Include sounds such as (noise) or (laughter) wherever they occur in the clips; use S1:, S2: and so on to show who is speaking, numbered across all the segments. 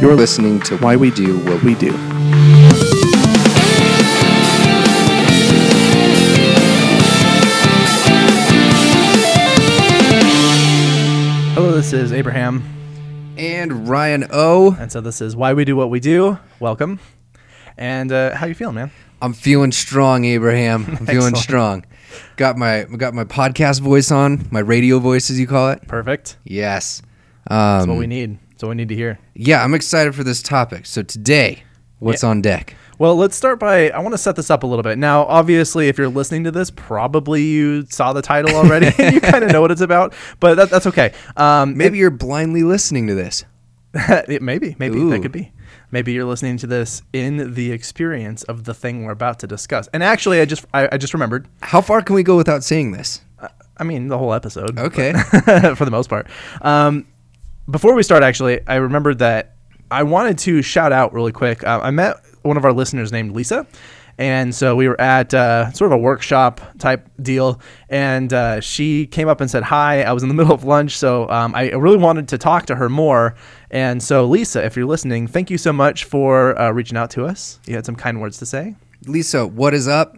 S1: You're listening to Why We Do What We Do.
S2: Hello, this is Abraham,
S1: And Ryan O,
S2: and so this is why we do what we do. Welcome, and uh, how you feeling, man?
S1: I'm feeling strong, Abraham. (laughs) I'm feeling
S2: Excellent.
S1: strong. Got my got my podcast voice on, my radio voice as you call it.
S2: Perfect.
S1: Yes.
S2: That's what we
S1: Um,
S2: need. That's what we need to hear.
S1: yeah, I'm excited for this topic. So today, what's on deck?
S2: Well, let's start by I want to set this up a little bit. Now, obviously, if you're listening to this, probably you saw the title
S1: (laughs)
S2: already. (laughs) you kind of know what it's about, but that, that's okay. Um,
S1: Maybe you're blindly listening to this.
S2: it, (laughs) maybe, maybe
S1: Ooh.
S2: that could be. Maybe you're listening to this in the experience of the thing we're about to discuss. And actually, I just I, I just remembered.
S1: How far can we go without saying this?
S2: I mean, the whole episode.
S1: Okay.
S2: (laughs) for the most part. Um, before we start, actually, I remembered that I wanted to shout out really quick. Uh, I met one of our listeners named Lisa. And so we were at uh, sort of a workshop type deal, and uh, she came up and said hi. I was in the (laughs) middle of lunch, so um, I really wanted to talk to her more. And so, Lisa, if you're listening, thank you so much for uh, reaching out to us. You had some kind words to say.
S1: Lisa, what is up?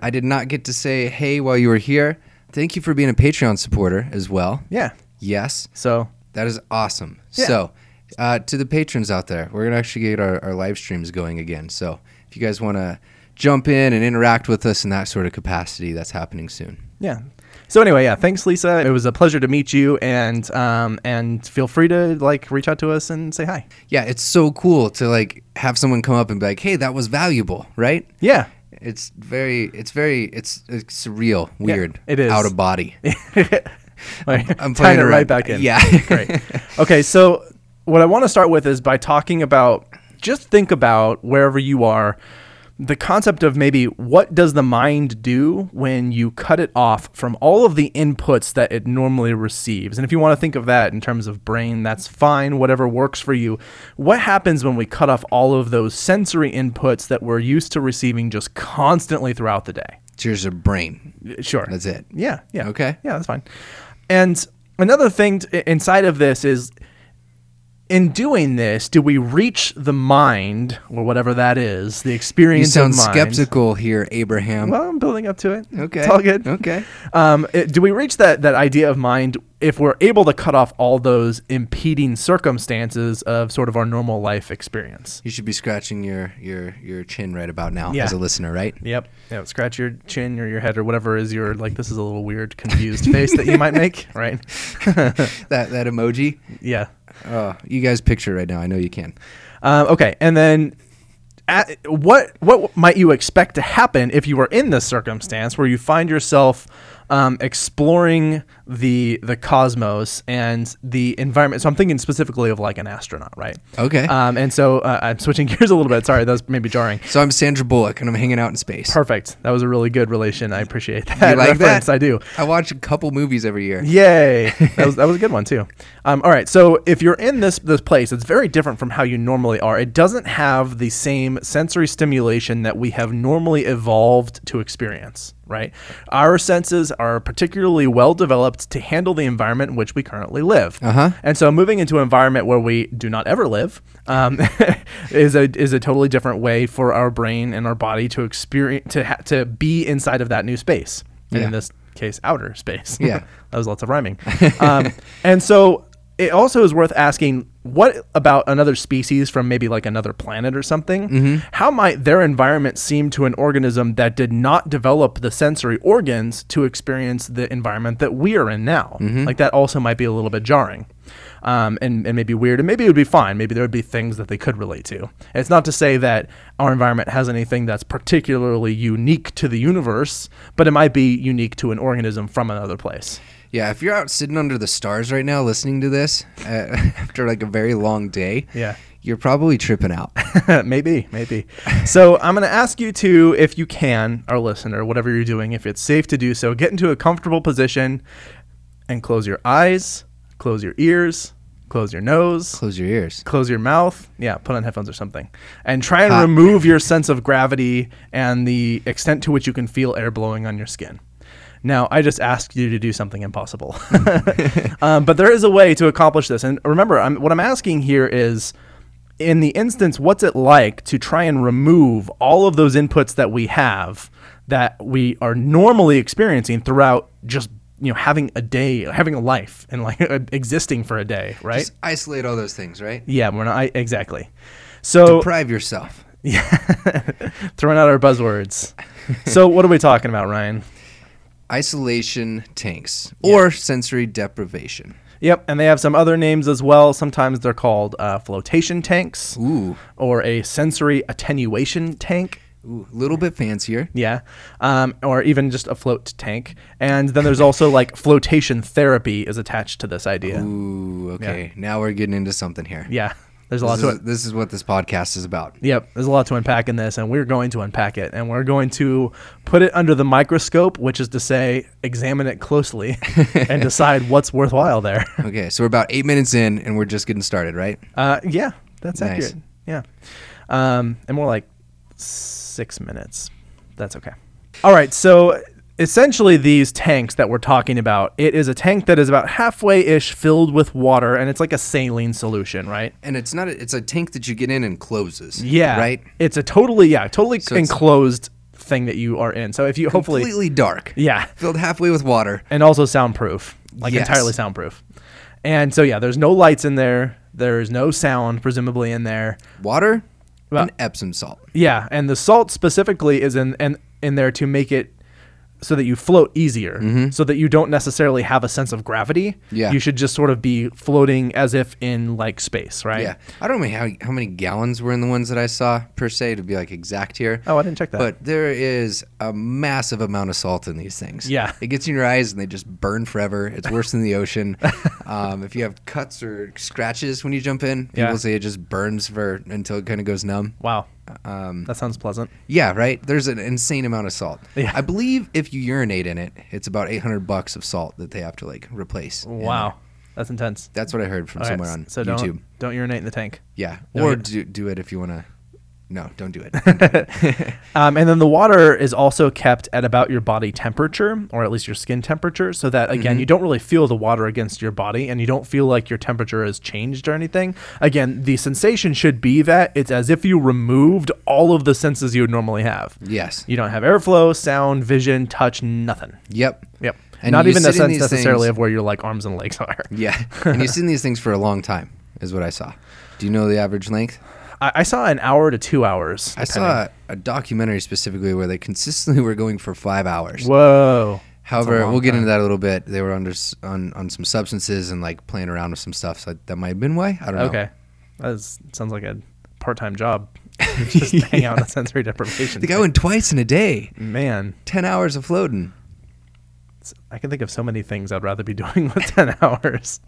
S1: I did not get to say hey while you were here. Thank you for being a Patreon supporter as well.
S2: Yeah.
S1: Yes,
S2: So
S1: that is awesome.
S2: Yeah.
S1: So, uh, to the patrons out there, we're going to actually get our, our live streams going again. So, if you guys want to jump in and interact with us in that sort of capacity, that's happening soon.
S2: Yeah. So anyway, yeah, thanks, Lisa. It was a pleasure to meet you, and um, and feel free to like reach out to us and say hi.
S1: Yeah, it's so cool to like have someone come up and be like, "Hey, that was valuable," right?
S2: Yeah,
S1: It's very, it's very, it's, it's surreal, weird,
S2: it is.
S1: out of body.
S2: like,
S1: I'm
S2: tying
S1: playing
S2: it
S1: around.
S2: right back in.
S1: Yeah.
S2: (laughs) great. Okay, so what I want to start with is by talking about just think about wherever you are, the concept of maybe what does the mind do when you cut it off from all of the inputs that it normally receives. And if you want to think of that in terms of brain, that's fine, whatever works for you. What happens when we cut off all of those sensory inputs that we're used to receiving just constantly throughout the day?
S1: It's your brain.
S2: Sure.
S1: That's it.
S2: Yeah. Yeah.
S1: Okay.
S2: Yeah, that's fine. And another thing t- inside of this is in doing this, do we reach the mind or whatever that is, the
S1: You
S2: experience
S1: sound
S2: of mind?
S1: skeptical here, Abraham.
S2: Well, I'm building up to it.
S1: okay.
S2: It's all good.
S1: Okay.
S2: Um, it- do we reach that, that idea of mind if we're able to cut off all those impeding circumstances of sort of our normal life experience?
S1: You should be scratching your your your chin right about now
S2: Yeah.
S1: as a listener, right?
S2: Yep. Yeah, scratch your chin or your head or whatever is your, like, this is a little weird, confused face that you
S1: (laughs)
S2: might make, right?
S1: That that emoji.
S2: Yeah.
S1: Oh, you guys picture right now. I know you can.
S2: Um, okay, and then at, what what might you expect to happen if you were in this circumstance where you find yourself um, exploring the the cosmos and the environment? So I'm thinking specifically of like an astronaut, right?
S1: Okay.
S2: Um, and so uh, I'm switching (laughs) gears a little bit. Sorry, that was maybe jarring.
S1: so I'm Sandra Bullock and I'm hanging out in space.
S2: Perfect. That was a really good relation. I appreciate that
S1: You like that?
S2: reference. I do.
S1: I watch a couple movies every year. (laughs)
S2: Yay! That was, that was a good one too. Um, all right, so if you're in this this place, it's very different from how you normally are. It doesn't have the same sensory stimulation that we have normally evolved to experience. Right, our senses are particularly well developed to handle the environment in which we currently live.
S1: Uh-huh.
S2: And so, moving into an environment where we do not ever live um, (laughs) is a is a totally different way for our brain and our body to experience to ha- to be inside of that new space. And
S1: Yeah.
S2: in this case, outer space. (laughs)
S1: Yeah.
S2: that was lots of rhyming. Um, and so it also is worth asking what about another species from maybe like another planet or something? How might their environment seem to an organism that did not develop the sensory organs to experience the environment that we are in now? Like that also might be a little bit jarring. Um, and, and maybe weird, and maybe it would be fine. Maybe there would be things that they could relate to. It's not to say that our environment has anything that's particularly unique to the universe, but it might be unique to an organism from another place.
S1: Yeah, if you're out sitting under the stars right now listening to this uh, (laughs) after like a very long day,
S2: Yeah.
S1: you're probably tripping out.
S2: (laughs) maybe, maybe. So I'm going to ask you to, if you can, our listener, whatever you're doing, if it's safe to do so, get into a comfortable position and close your eyes, close your ears, close your nose,
S1: Close your ears.
S2: close your mouth. Yeah, put on headphones or something. And try and remove your sense of gravity and the extent to which you can feel air blowing on your skin. Now, I just asked you to do something impossible. (laughs) um, but there is a way to accomplish this. And remember, I'm, what I'm asking here is in the instance, what's it like to try and remove all of those inputs that we have that we are normally experiencing throughout just you know having a day, having a life, and like (laughs) existing for a day, (laughs) right?
S1: Just isolate all those things, right?
S2: yeah, we're not I, exactly. So
S1: Deprive yourself.
S2: throwing out our (laughs) buzzwords. so what are we talking about, Ryan?
S1: Isolation tanks or sensory deprivation.
S2: Yep, and they have some other names as well. Sometimes they're called uh, flotation tanks
S1: Ooh,
S2: or a sensory attenuation tank.
S1: ooh, a little bit fancier.
S2: Yeah. Um, or even just a float tank. And then there's also like flotation therapy is attached to this idea.
S1: Ooh, okay. Now we're getting into something here.
S2: Yeah. There's a lot
S1: This
S2: to
S1: is,
S2: it.
S1: this is what this podcast is about.
S2: Yep. There's a lot to unpack in this, and we're going to unpack it. And we're going to put it under the microscope, which is to say, examine
S1: (laughs)
S2: it closely and decide what's worthwhile there.
S1: Okay, so we're about eight minutes in and we're just getting started, right?
S2: Uh, yeah. That's
S1: Nice.
S2: accurate. Yeah. Um, and more like six minutes. That's okay. All right. So essentially, these tanks that we're talking about, it is a tank that is about halfway ish filled with water, and it's like a saline solution, right?
S1: And it's not, a, it's a tank that you get in and closes.
S2: Yeah.
S1: Right?
S2: It's a totally, yeah, totally
S1: it's-
S2: enclosed thing that you are in. So if you hopefully,
S1: Completely dark.
S2: yeah,
S1: Filled halfway with water.
S2: and also soundproof, like
S1: Yes.
S2: entirely soundproof. And so, yeah, there's no lights in there. There's no sound, presumably, in there.
S1: Water
S2: Well-
S1: and Epsom salt.
S2: Yeah, and the salt specifically is in and in there to make it so that you float easier, so that you don't necessarily have a sense of gravity.
S1: Mm-hmm. Yeah.
S2: you should just sort of be floating as if in like space, right?
S1: Yeah. I don't know how, how many gallons were in the ones that I saw per se to be like exact here.
S2: Oh, I didn't check that.
S1: But there is a massive amount of salt in these things.
S2: Yeah.
S1: It gets in your eyes and they just burn forever. It's worse than the
S2: (laughs)
S1: ocean. Um, if you have cuts or scratches when you jump in, people
S2: Yeah.
S1: say it just burns for until it kind of goes numb.
S2: wow,
S1: uh, um,
S2: that sounds pleasant.
S1: Yeah, right? There's an insane amount of salt.
S2: Yeah.
S1: I believe if you urinate in it, it's about 800 bucks of salt that they have to like replace. in
S2: Wow,
S1: there.
S2: that's intense.
S1: That's what I heard from
S2: All right,
S1: somewhere on
S2: so
S1: YouTube.
S2: don't don't urinate in the tank.
S1: Yeah.
S2: No,
S1: or
S2: you-
S1: do, do it if you want to. No, don't
S2: (laughs)
S1: do it.
S2: Um, and then the water is also kept at about your body temperature, or at least your skin temperature, so that again
S1: Mm-hmm.
S2: you don't really feel the water against your body, and you don't feel like your temperature has changed or anything. Again, the sensation should be that it's as if you removed all of the senses you would normally have.
S1: yes.
S2: You don't have airflow, sound, vision, touch, nothing.
S1: Yep.
S2: Yep.
S1: And
S2: Not
S1: you
S2: even the
S1: sit in
S2: sense
S1: these
S2: necessarily
S1: things-
S2: of where your like arms and legs (laughs) are.
S1: Yeah. and you've seen these things for a long time, is what I saw. Do you know the average length?
S2: I, I saw an hour to two hours.
S1: I
S2: depending.
S1: saw a, a documentary specifically where they consistently were going for five hours.
S2: Whoa.
S1: However,
S2: long
S1: we'll get into that a little bit. They were under s- on, on some substances and like playing around with some stuff. So that might have been why. I don't know.
S2: Okay. That is, sounds like a part
S1: (laughs)
S2: time job. Just hang out on sensory deprivation.
S1: The guy went twice in a day,
S2: Man,
S1: 10 hours of floating.
S2: it's- I can think of so many things I'd rather be (laughs) doing with 10 hours.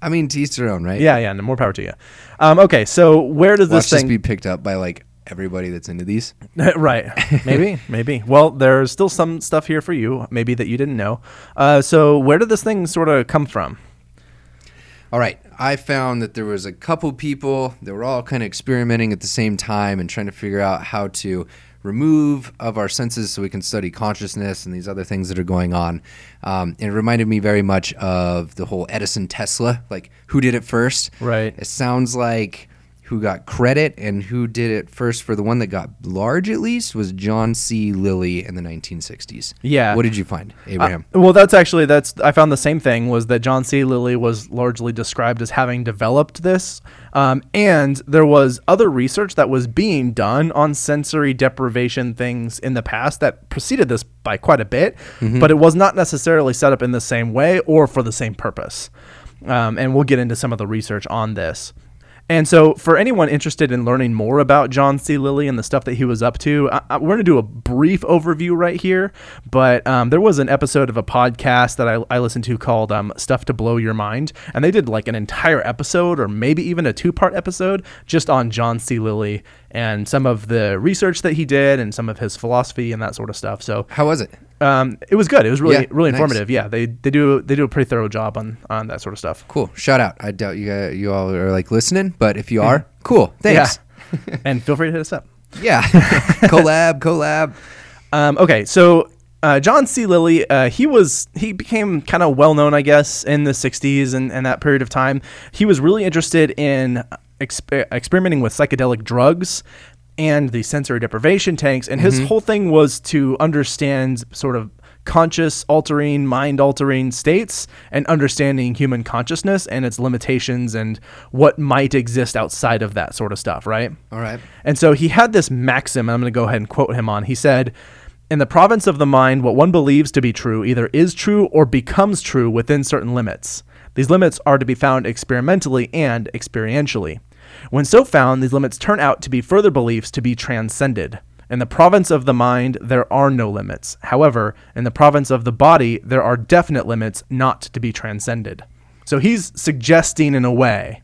S1: I mean, to each their own, right?
S2: Yeah, yeah, no, more power to you. Um, okay, so where does
S1: Watch
S2: this
S1: this
S2: thing.
S1: be picked up by like everybody that's into these.
S2: (laughs)
S1: (laughs)
S2: right. Maybe, maybe. Well, there's still some stuff here for you, maybe that you didn't know. Uh, so where did this thing sort of come from?
S1: All right. I found that there was a couple people that were all kind of experimenting at the same time and trying to figure out how to remove of our senses so we can study consciousness and these other things that are going on. Um, and it reminded me very much of the whole Edison Tesla, like who did it first.
S2: Right.
S1: It sounds like who got credit and who did it first for the one that got large at least was John C. Lilly in the 1960s.
S2: Yeah. Uh,
S1: What did you find, Abraham?
S2: Well, that's actually that's I found the same thing was that John C. Lilly was largely described as having developed this, um, and there was other research that was being done on sensory deprivation things in the past that preceded this by quite a bit, but it was not necessarily set up in the same way or for the same purpose. Um, and we'll get into some of the research on this. And so, for anyone interested in learning more about John C. Lilly and the stuff that he was up to, I, I- we're going to do a brief overview right here. But um, there was an episode of a podcast that I, I listened to called um, Stuff to Blow Your Mind. And they did like an entire episode or maybe even a two part episode just on John C. Lilly and some of the research that he did and some of his philosophy and that sort of stuff. So,
S1: How was it?
S2: um, it was good. It was really,
S1: Yeah,
S2: really
S1: nice.
S2: informative. Yeah, they, they do they do a pretty thorough job on, on that sort of stuff.
S1: cool. Shout out. I doubt you guys, you all are like listening, but if
S2: Hmm.
S1: you are, cool. Thanks.
S2: Yeah. (laughs) and feel free to hit us up. (laughs)
S1: Yeah. collab, collab.
S2: Um, okay, so uh, John C. Lilly, uh, he was he became kind of well known, I guess, in the '60s and, and that period of time. He was really interested in exp- experimenting with psychedelic drugs and the sensory deprivation tanks. And his whole thing was to understand sort of conscious altering, mind altering states and understanding human consciousness and its limitations and what might exist outside of that sort of stuff, right?
S1: All right.
S2: And so he had this maxim, and I'm going to go ahead and quote him on. He said, In the province of the mind, what one believes to be true either is true or becomes true within certain limits. These limits are to be found experimentally and experientially. When so found, these limits turn out to be further beliefs to be transcended. In the province of the mind, there are no limits. However, in the province of the body, there are definite limits not to be transcended. So he's suggesting, in a way,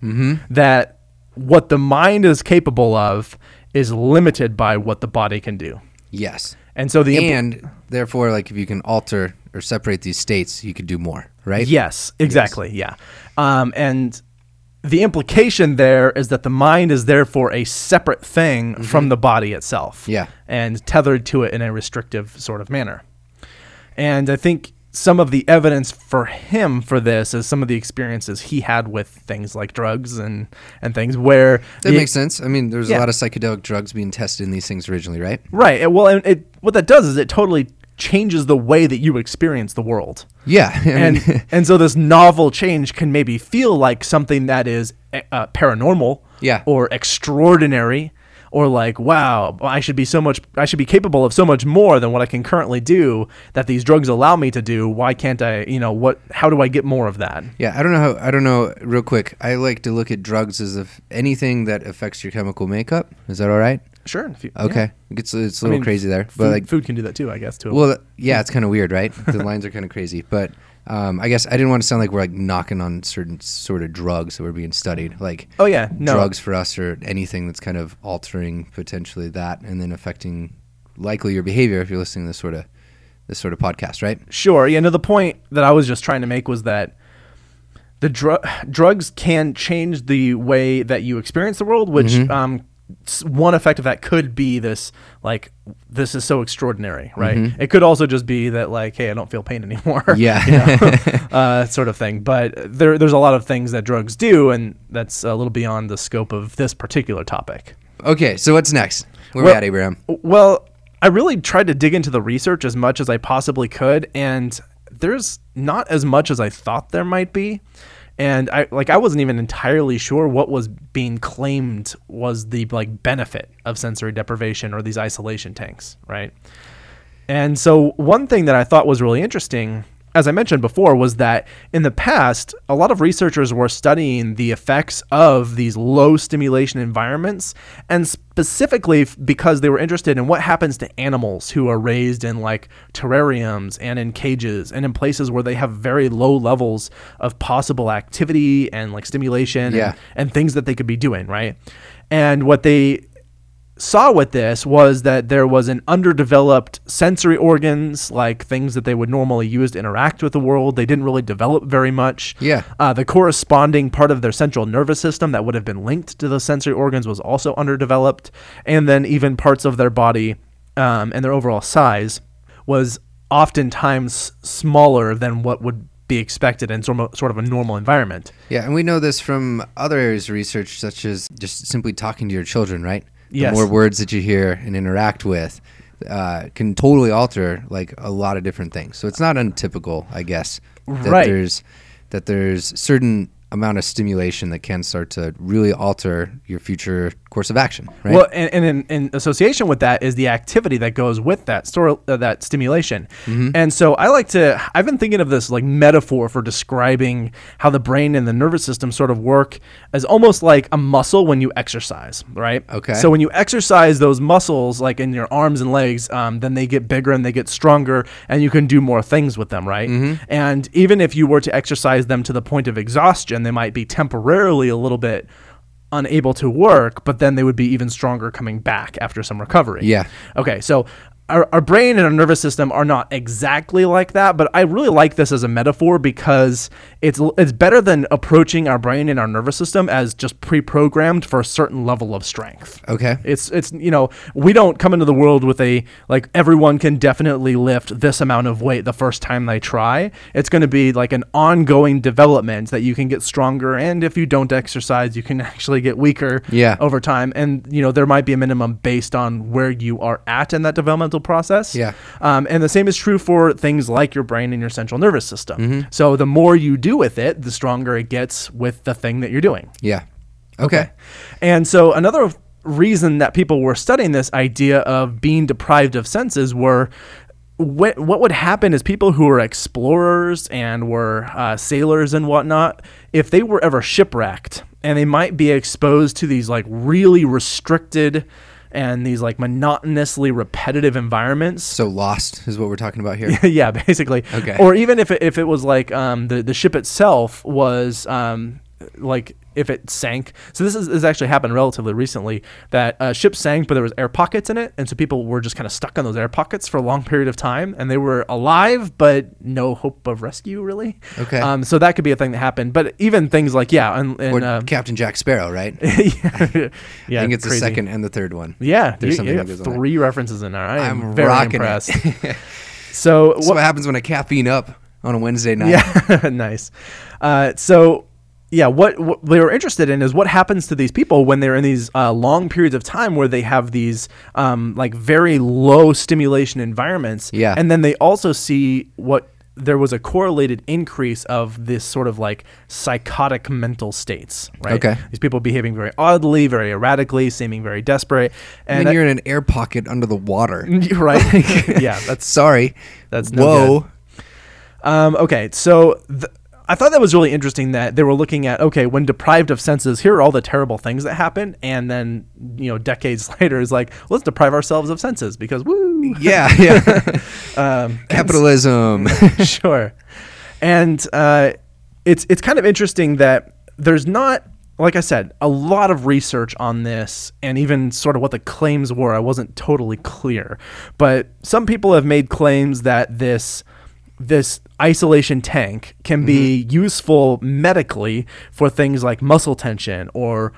S2: that what the mind is capable of is limited by what the body can do.
S1: Yes.
S2: And so the impl-
S1: And therefore, like if you can alter or separate these states, you could do more, right?
S2: Yes, exactly. Yeah. Um, and the implication there is that the mind is therefore a separate thing from the body itself.
S1: Mm-hmm. Yeah.
S2: And tethered to it in a restrictive sort of manner. And I think some of the evidence for him for this is some of the experiences he had with things like drugs and, and things where
S1: That
S2: the-
S1: makes sense. I mean, there's
S2: Yeah.
S1: a lot of psychedelic drugs being tested in these things originally, right?
S2: right. it- well, and it what that does is it totally changes the way that you experience the world.
S1: Yeah. (laughs) I mean,
S2: and and so this novel change can maybe feel like something that is uh, paranormal
S1: Yeah.
S2: or extraordinary or like wow i should be so much i should be capable of so much more than what i can currently do that these drugs allow me to do why can't i you know what how do i get more of that
S1: yeah, I don't know how, I don't know, real quick. I like to look at drugs as if anything that affects your chemical makeup. Is that all right?
S2: sure if you- yeah.
S1: Okay. It gets, it's a little
S2: mean,
S1: crazy there.
S2: food,
S1: But like,
S2: food can do that too i guess too
S1: Well,
S2: Hmm.
S1: yeah, it's kind of weird, right?
S2: (laughs)
S1: The lines are kind of crazy, but um, I guess I didn't want to sound like we're like knocking on certain sort of drugs that were being studied, like
S2: oh yeah no
S1: drugs for us or anything that's kind of altering potentially that and then affecting likely your behavior if you're listening to this sort of this sort of podcast, right?
S2: Sure. Yeah. No, the point that I was just trying to make was that the dr- drugs can change the way that you experience the world, which um, s- one effect of that could be this, like, this is so extraordinary, right? It could also just be that, like, hey, I don't feel pain (laughs) anymore.
S1: (laughs) Yeah.
S2: you know, uh, sort of thing. But there, there's a lot of things that drugs do, and that's a little beyond the scope of this particular topic.
S1: Okay, so what's next? Where
S2: Well-
S1: we at, Abraham?
S2: Well, I really tried to dig into the research as much as I possibly could, and there's not as much as I thought there might be. And I like I wasn't even entirely sure what was being claimed was the like benefit of sensory deprivation or these isolation tanks, right? And so, one thing that I thought was really interesting, as I mentioned before, was that in the past, a lot of researchers were studying the effects of these low stimulation environments, and specifically f- because they were interested in what happens to animals who are raised in like terrariums and in cages and in places where they have very low levels of possible activity and like stimulation
S1: Yeah.
S2: and, and things that they could be doing, right? And what they saw with this was that there was an underdeveloped sensory organs, like things that they would normally use to interact with the world. They didn't really develop very much.
S1: Yeah.
S2: Uh, the corresponding part of their central nervous system that would have been linked to the sensory organs was also underdeveloped. And then even parts of their body um, and their overall size was oftentimes smaller than what would be expected in sort of sort of a normal environment.
S1: Yeah, and we know this from other areas of research, such as just simply talking to your children, right?
S2: Yes.
S1: The more words that you hear and interact with uh, can totally alter like a lot of different things. So it's not untypical, I guess, that
S2: Right.
S1: there's that there's certain amount of stimulation that can start to really alter your future course of action, right?
S2: Well, and, and in, in association with that is the activity that goes with that stor- uh, that stimulation.
S1: Mm-hmm.
S2: And so I like to I've been thinking of this like metaphor for describing how the brain and the nervous system sort of work as almost like a muscle when you exercise, right?
S1: Okay.
S2: So when you exercise those muscles like in your arms and legs, um, then they get bigger and they get stronger and you can do more things with them, right? And even if you were to exercise them to the point of exhaustion, they might be temporarily a little bit unable to work, but then they would be even stronger coming back after some recovery.
S1: Yeah.
S2: Okay, so our, our brain and our nervous system are not exactly like that, but I really like this as a metaphor because it's it's better than approaching our brain and our nervous system as just pre-programmed for a certain level of strength.
S1: Okay.
S2: It's it's you know we don't come into the world with a like everyone can definitely lift this amount of weight the first time they try. It's going to be like an ongoing development that you can get stronger, and if you don't exercise, you can (laughs) actually get weaker
S1: Yeah.
S2: over time. And you know there might be a minimum based on where you are at in that developmental process.
S1: Yeah.
S2: Um, and the same is true for things like your brain and your central nervous system.
S1: Mm-hmm.
S2: So the more you do with it, the stronger it gets with the thing that you're doing.
S1: Yeah. Okay.
S2: And so another reason that people were studying this idea of being deprived of senses were what, what would happen is people who were explorers and were uh, sailors and whatnot, if they were ever shipwrecked and they might be exposed to these like really restricted and these like monotonously repetitive environments,
S1: So lost is what we're talking about here.
S2: (laughs) yeah, basically.
S1: Okay.
S2: Or even if it, if it was like um, the the ship itself was um, like if it sank. So this is this actually happened relatively recently that a ship sank, but there was air pockets in it, and so people were just kind of stuck on those air pockets for a long period of time, and they were alive but no hope of rescue really.
S1: Okay.
S2: Um, so that could be a thing that happened, but even things like yeah, and, and
S1: Or
S2: uh,
S1: (laughs) Captain Jack Sparrow, right?
S2: (laughs) yeah,
S1: I think it's the second and the third one.
S2: Yeah,
S1: There's
S2: you-
S1: something
S2: you
S1: that
S2: got
S1: goes on there.
S2: three references in there. I am
S1: I'm
S2: very
S1: rocking it. (laughs)
S2: impressed. so,
S1: That's what happens when I caffeine up on a Wednesday night.
S2: Yeah, (laughs) nice. Uh, so, yeah, what, what they were interested in is what happens to these people when they're in these uh, long periods of time where they have these um, like very low stimulation environments.
S1: Yeah.
S2: and then they also see what there was a correlated increase of this sort of like psychotic mental states. Right.
S1: Okay.
S2: These people behaving very oddly, very erratically, seeming very desperate,
S1: And
S2: and. I-
S1: you're in an air pocket under the water.
S2: (laughs)
S1: (laughs)
S2: Right. yeah, that's
S1: Sorry.
S2: That's no
S1: whoa.
S2: good. Um, okay, so th- I thought that was really interesting that they were looking at okay, when deprived of senses, here are all the terrible things that happen, and then you know, decades (laughs) later is like let's deprive ourselves of senses because woo,
S1: (laughs)
S2: (laughs)
S1: Yeah, yeah. (laughs)
S2: um, (laughs)
S1: Capitalism.
S2: sure. And uh, it's it's kind of interesting that there's not, like I said, a lot of research on this, and even sort of what the claims were. I wasn't totally clear, but some people have made claims that this this isolation tank can be useful medically for things like muscle tension or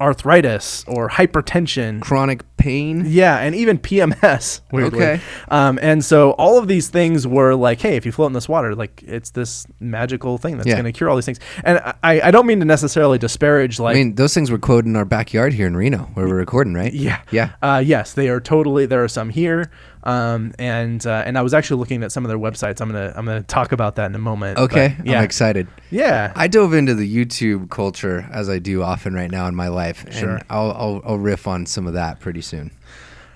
S2: arthritis or hypertension
S1: Chronic pain.
S2: yeah, and even PMS. (laughs) Weirdly.
S1: Okay.
S2: Um, and so all of these things were like, hey, if you float in this water, like it's this magical thing that's
S1: Yeah.
S2: going to cure all these things. And I, I don't mean to necessarily disparage like.
S1: I mean, those things were quoted in our backyard here in Reno, where we're recording, right?
S2: yeah.
S1: Yeah.
S2: Uh, yes, they are totally. There are some here, um, and uh, and I was actually looking at some of their websites. I'm gonna I'm gonna talk about that in a moment. but
S1: Okay.
S2: yeah.
S1: I'm excited.
S2: yeah.
S1: I dove into the YouTube culture as I do often right now in my life,
S2: Sure.
S1: and I'll, I'll I'll riff on some of that pretty soon.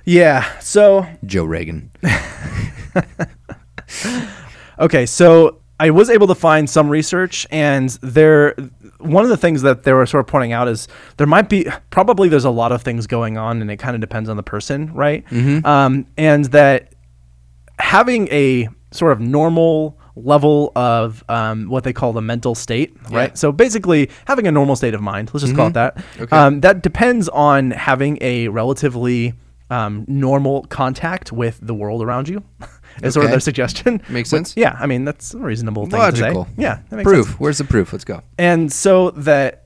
S2: yeah. So
S1: Joe
S2: (laughs)
S1: Reagan.
S2: Okay, so I was able to find some research, and there, one of the things that they were sort of pointing out is there might be probably there's a lot of things going on, and it kind of depends on the person, right? Um, and that having a sort of normal level of um, what they call the mental state, right? So basically, having a normal state of mind, let's just call it that. Um, that depends on having a relatively um, normal contact with the world around you. (laughs) Is sort of
S1: Okay.
S2: their suggestion.
S1: Makes
S2: But-
S1: sense.
S2: Yeah, I mean that's a reasonable thing
S1: Logical.
S2: to say. Yeah, that makes
S1: proof.
S2: sense.
S1: Where's the proof? Let's go.
S2: And so that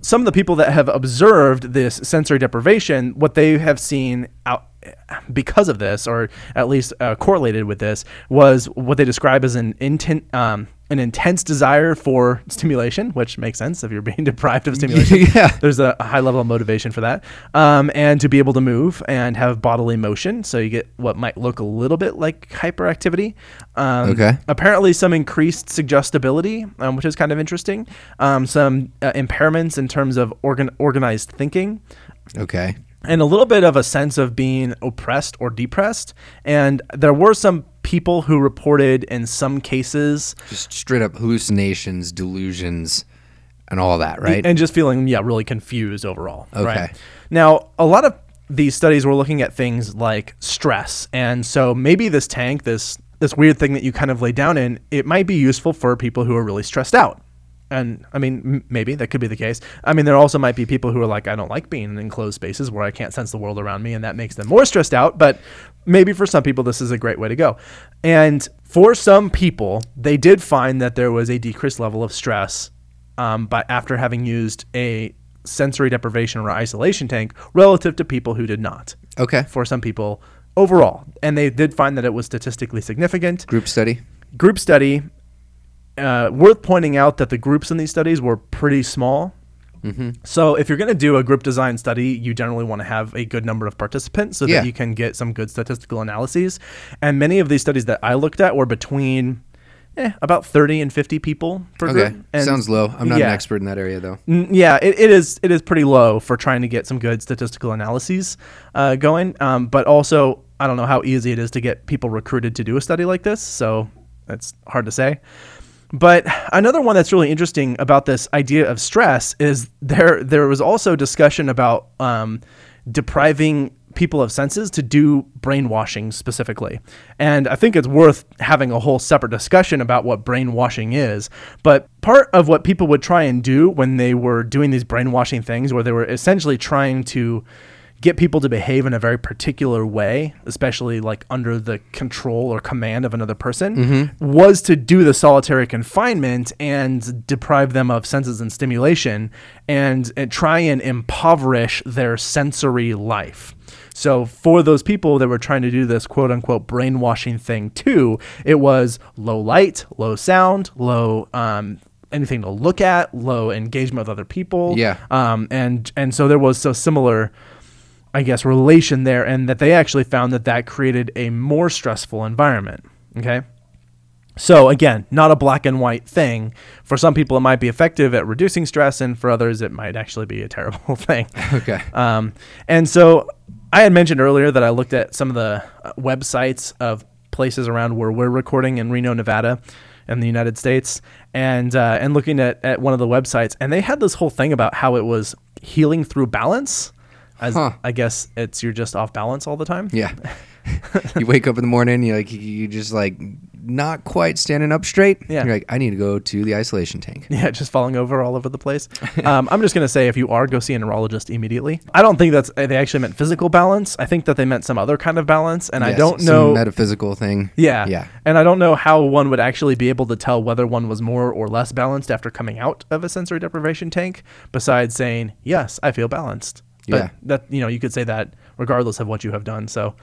S2: some of the people that have observed this sensory deprivation, what they have seen out because of this, or at least uh, correlated with this, was what they describe as an intent. Um, an intense desire for stimulation, which makes sense if you're being (laughs) deprived of stimulation.
S1: (laughs) Yeah.
S2: There's a high level of motivation for that. Um, and to be able to move and have bodily motion. So you get what might look a little bit like hyperactivity. Um,
S1: Okay.
S2: apparently some increased suggestibility, um, which is kind of interesting. Um, some uh, impairments in terms of organ- organized thinking,
S1: Okay.
S2: and a little bit of a sense of being oppressed or depressed. And there were some people who reported, in some cases,
S1: Just straight up hallucinations, delusions, and all that, right?
S2: and just feeling yeah really confused overall right
S1: Okay.
S2: now a lot of these studies were looking at things like stress and so maybe this tank this this weird thing that you kind of lay down in it might be useful for people who are really stressed out And I mean, m- maybe that could be the case. I mean, there also might be people who are like, I don't like being in enclosed spaces where I can't sense the world around me, and that makes them more stressed out. But maybe for some people, this is a great way to go. And for some people, they did find that there was a decreased level of stress um, by after having used a sensory deprivation or isolation tank relative to people who did not.
S1: Okay.
S2: For some people overall, and they did find that it was statistically significant
S1: Group study.
S2: group study. Uh, worth pointing out that the groups in these studies were pretty small.
S1: Mm-hmm.
S2: So if you're going to do a group design study, you generally want to have a good number of participants so
S1: Yeah.
S2: that you can get some good statistical analyses. And many of these studies that I looked at were between eh, about 30 and 50 people per
S1: Okay.
S2: group. And
S1: Sounds low. I'm not
S2: yeah.
S1: an expert in that area
S2: (laughs)
S1: though.
S2: N- yeah, it, it is it is pretty low for trying to get some good statistical analyses uh, going. Um, but also, I don't know how easy it is to get people recruited to do a study like this, so it's hard to say. But another one that's really interesting about this idea of stress is there there was also discussion about um, depriving people of senses to do brainwashing specifically. And I think it's worth having a whole separate discussion about what brainwashing is. But part of what people would try and do when they were doing these brainwashing things, where they were essentially trying to get people to behave in a very particular way, especially like under the control or command of another person, was to do the solitary confinement and deprive them of senses and stimulation and, and try and impoverish their sensory life. So for those people that were trying to do this quote unquote brainwashing thing too, it was low light, low sound, low um, anything to look at, low engagement with other people.
S1: Yeah.
S2: Um, and and so there was so similar I guess, relation there, and that they actually found that that created a more stressful environment. Okay. So, again, not a black and white thing. For some people, it might be effective at reducing stress, and for others, it might actually be a terrible (laughs) thing.
S1: Okay.
S2: Um, and so I had mentioned earlier that I looked at some of the uh, websites of places around where we're recording in Reno, Nevada, in the United States, and uh, and looking at, at one of the websites, and they had this whole thing about how it was healing through balance. As
S1: Huh.
S2: I guess it's you're just off balance all the time.
S1: Yeah. you wake up in the morning, you like you just like not quite standing up straight.
S2: Yeah.
S1: You're like, I need to go to the isolation tank.
S2: (laughs) Yeah, just falling over all over
S1: (laughs)
S2: the place. Um, I'm just gonna say, if you are, go see a neurologist immediately. I don't think that's they actually meant physical balance. I think that they meant some other kind of balance, and I
S1: Yes,
S2: don't
S1: some
S2: know.
S1: metaphysical thing.
S2: Yeah.
S1: Yeah.
S2: And I don't know how one would actually be able to tell whether one was more or less balanced after coming out of a sensory deprivation tank, besides saying, yes, I feel balanced. But
S1: Yeah.
S2: that, you know, you could say that regardless of what you have done. So,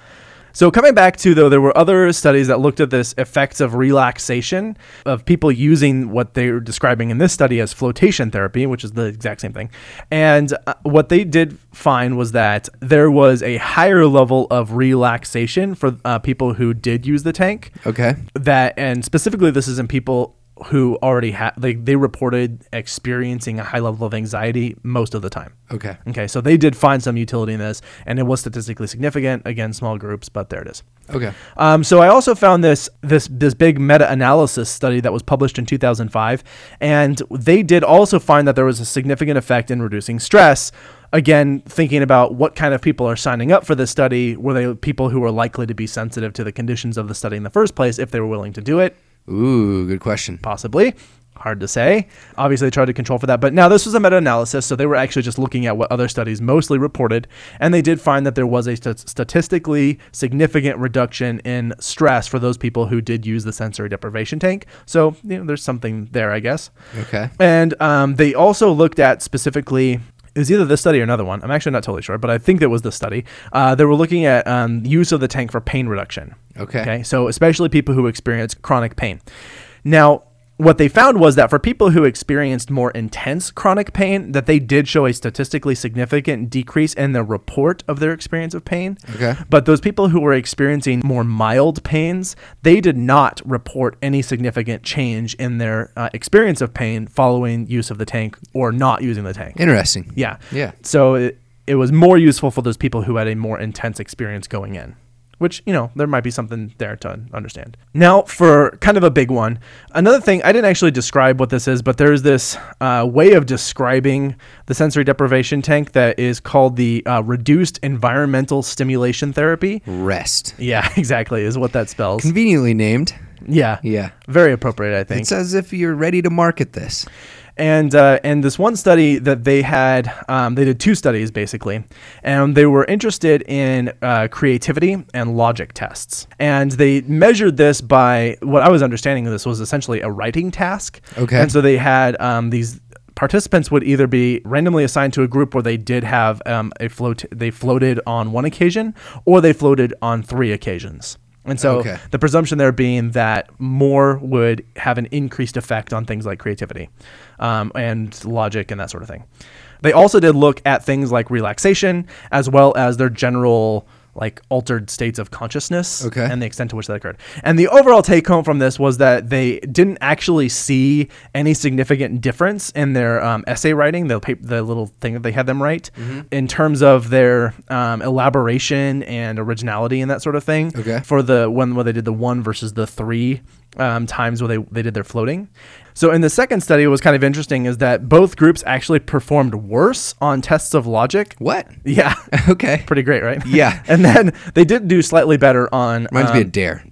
S2: so coming back to though, there were other studies that looked at this effects of relaxation of people using what they were describing in this study as flotation therapy, which is the exact same thing. And uh, what they did find was that there was a higher level of relaxation for uh, people who did use the tank
S1: Okay.
S2: that and specifically this is in people who already had they, they reported experiencing a high level of anxiety most of the time
S1: Okay.
S2: okay so they did find some utility in this and it was statistically significant again small groups but there it is
S1: Okay.
S2: um, so I also found this this this big meta-analysis study that was published in 2005, and they did also find that there was a significant effect in reducing stress. Again, thinking about what kind of people are signing up for this study, were they people who were likely to be sensitive to the conditions of the study in the first place if they were willing to do it?
S1: Ooh, good question.
S2: possibly. Hard to say. Obviously, they tried to control for that. But now this was a meta analysis, so they were actually just looking at what other studies mostly reported. And they did find that there was a st- statistically significant reduction in stress for those people who did use the sensory deprivation tank. So, you know, there's something there, I guess.
S1: Okay.
S2: And um, they also looked at specifically. It was either this study or another one. I'm actually not totally sure, but I think that was this study. Uh, they were looking at um, use of the tank for pain reduction.
S1: Okay.
S2: Okay. So, especially people who experience chronic pain. Now, what they found was that for people who experienced more intense chronic pain, that they did show a statistically significant decrease in the report of their experience of pain.
S1: Okay.
S2: But those people who were experiencing more mild pains, they did not report any significant change in their uh, experience of pain following use of the tank or not using the tank.
S1: Interesting.
S2: Yeah.
S1: Yeah.
S2: So it, it was more useful for those people who had a more intense experience going in, which, you know, there might be something there to understand. Now, for kind of a big one, another thing, I didn't actually describe what this is, but there's this uh, way of describing the sensory deprivation tank that is called the uh, reduced environmental stimulation therapy.
S1: Rest.
S2: Yeah, (laughs) exactly, is what that spells.
S1: Conveniently named.
S2: Yeah.
S1: Yeah.
S2: Very appropriate, I think.
S1: It's as if you're ready to market this.
S2: And uh, and this one study that they had, um, they did two studies basically, and they were interested in uh, creativity and logic tests, and they measured this by what I was understanding of this was essentially a writing task.
S1: Okay.
S2: And so they had um, these participants would either be randomly assigned to a group where they did have um, a float they floated on one occasion or they floated on three occasions and so
S1: Okay.
S2: the presumption there being that more would have an increased effect on things like creativity um, and logic and that sort of thing they also did look at things like relaxation as well as their general like altered states of consciousness
S1: Okay.
S2: and the extent to which that occurred. And the overall take home from this was that they didn't actually see any significant difference in their um, essay writing, the pa- the little thing that they had them write,
S1: Mm-hmm.
S2: in terms of their um, elaboration and originality and that sort of thing.
S1: Okay.
S2: For the one where they did the one versus the three um, times where they they did their floating. So in the second study, what was kind of interesting is that both groups actually performed worse on tests of logic.
S1: What?
S2: (laughs) Yeah.
S1: Okay.
S2: Pretty great, right?
S1: Yeah.
S2: (laughs) and then they did do slightly better on
S1: Reminds
S2: um,
S1: me of Dare.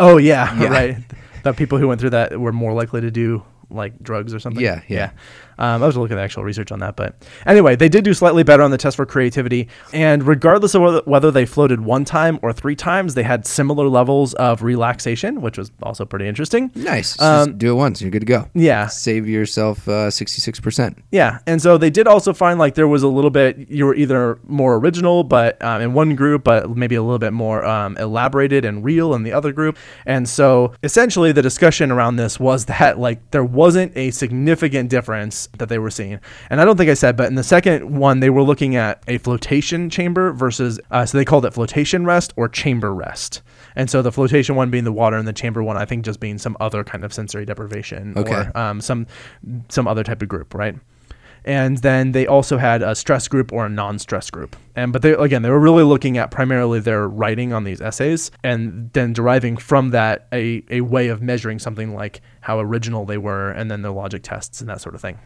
S2: Oh yeah, (laughs) right. The people who went through that were more likely to do like drugs or something.
S1: Yeah, yeah.
S2: Um, I was looking at the actual research on that, but anyway, they did do slightly better on the test for creativity. And regardless of whether, whether they floated one time or three times, they had similar levels of relaxation, which was also pretty interesting.
S1: Nice.
S2: Um,
S1: Just do it once. You're good to go.
S2: yeah.
S1: Save yourself uh, 66%.
S2: Yeah, and so they did also find like there was a little bit you were either more original, but um, in one group, but maybe a little bit more um, elaborated and real in the other group. And so essentially, the discussion around this was that like there wasn't a significant difference that they were seeing. And I don't think I said, but in the second one, they were looking at a flotation chamber versus uh, so they called it flotation rest or chamber rest. And so the flotation one being the water, and the chamber one I think just being some other kind of sensory deprivation
S1: Okay.
S2: or um, some some other type of group, right? And then they also had a stress group or a non-stress group. And but they again they were really looking at primarily their writing on these essays, and then deriving from that a a way of measuring something like how original they were, and then their logic tests and that sort of thing.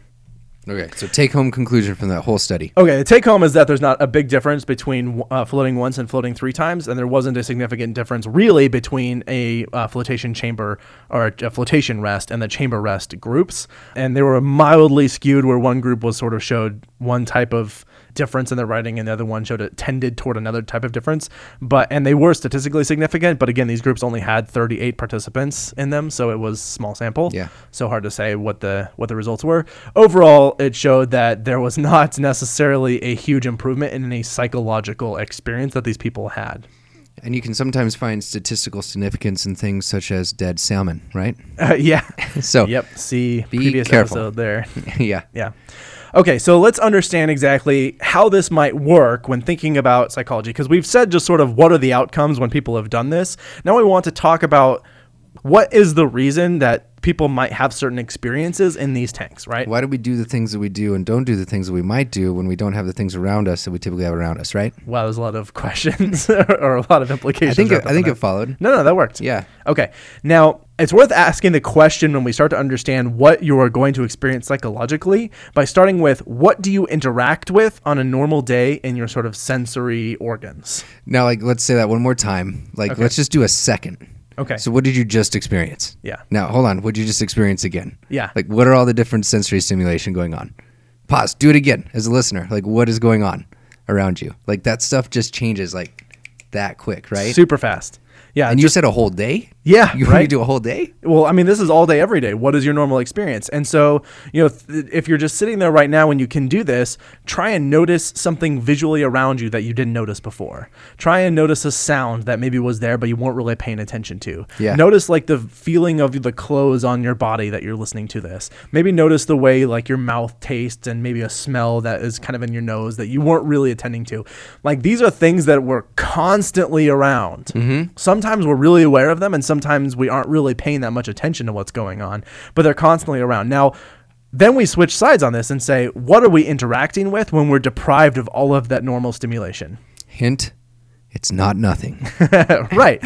S1: Okay. So take home conclusion from that whole study.
S2: Okay, the take home is that there's not a big difference between uh, floating once and floating three times, and there wasn't a significant difference really between a uh, flotation chamber or a flotation rest and the chamber rest groups. And they were mildly skewed, where one group was sort of showed one type of difference in their writing, and the other one showed it tended toward another type of difference. But and they were statistically significant, but again, these groups only had 38 participants in them, so it was small sample
S1: Yeah.
S2: so hard to say what the what the results were. Overall, it showed that there was not necessarily a huge improvement in any psychological experience that these people had. (laughs)
S1: And you can sometimes find statistical significance in things such as dead salmon, right?
S2: Uh,
S1: (laughs)
S2: yeah.
S1: So,
S2: (laughs) yep. See
S1: Be
S2: previous
S1: careful.
S2: episode there.
S1: yeah.
S2: Yeah. Okay, so let's understand exactly how this might work when thinking about psychology because we've said just sort of what are the outcomes when people have done this. Now we want to talk about what is the reason that people might have certain experiences in these tanks, right?
S1: Why do we do the things that we do and don't do the things that we might do when we don't have the things around us that we typically have around us, right?
S2: Wow, there's a lot of (laughs) questions or a lot of implications.
S1: I think
S2: wrapped
S1: it, I
S2: up in
S1: think
S2: that.
S1: it followed.
S2: No, no, that worked.
S1: Yeah.
S2: Okay. Now, it's worth asking the question when we start to understand what you are going to experience psychologically by starting with what do you interact with on a normal day in your sort of sensory organs?
S1: Now, like, let's say that one more time. Like, let's just do a second.
S2: Okay.
S1: So, what did you just experience?
S2: Yeah.
S1: Now, hold on. What did you just experience again?
S2: Yeah.
S1: Like, what are all the different sensory stimulation going on? Pause. Do it again as a listener. Like, what is going on around you? Like, that stuff just changes like that quick, right?
S2: Super fast. Yeah.
S1: and you said a whole day?
S2: Yeah,
S1: You want me to
S2: right.
S1: do a whole day?
S2: well, I mean, this is all day, every day. What is your normal experience? And so, you know, th- if you're just sitting there right now and you can do this, try and notice something visually around you that you didn't notice before. Try and notice a sound that maybe was there, but you weren't really paying attention to.
S1: Yeah.
S2: (laughs) Notice like the feeling of the clothes on your body that you're listening to this. Maybe notice the way like your mouth tastes and maybe a smell that is kind of in your nose that you weren't really attending to. Like these are things that were constantly around. Sometimes we're really aware of them and sometimes we aren't really paying that much attention to what's going on, but they're constantly around. Now, then we switch sides on this and say, what are we interacting with when we're deprived of all of that normal stimulation?
S1: Hint. It's not
S2: (laughs)
S1: nothing. (laughs)
S2: right.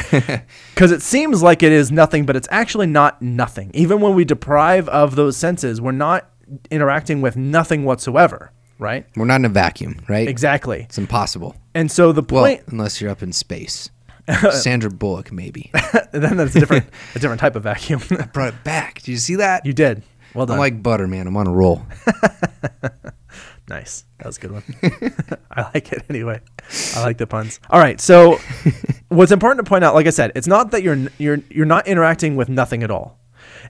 S2: Because it seems like it is nothing, but it's actually not nothing. Even when we deprive of those senses, we're not interacting with nothing whatsoever, right?
S1: We're not in a vacuum, right?
S2: Exactly.
S1: It's impossible.
S2: And so the
S1: Well,
S2: point, (laughs)
S1: unless you're up in space. Sandra Bullock, maybe. (laughs)
S2: then that's a different, a different type of vacuum. (laughs)
S1: Brought it back. Did you see that?
S2: you did. Well done.
S1: I'm like butter, man. I'm on a
S2: (laughs)
S1: roll.
S2: Nice. That was a good one.
S1: (laughs)
S2: (laughs) I like it anyway. I like the puns. All right. So, what's important to point out, like I said, it's not that you're you're you're not interacting with nothing at all.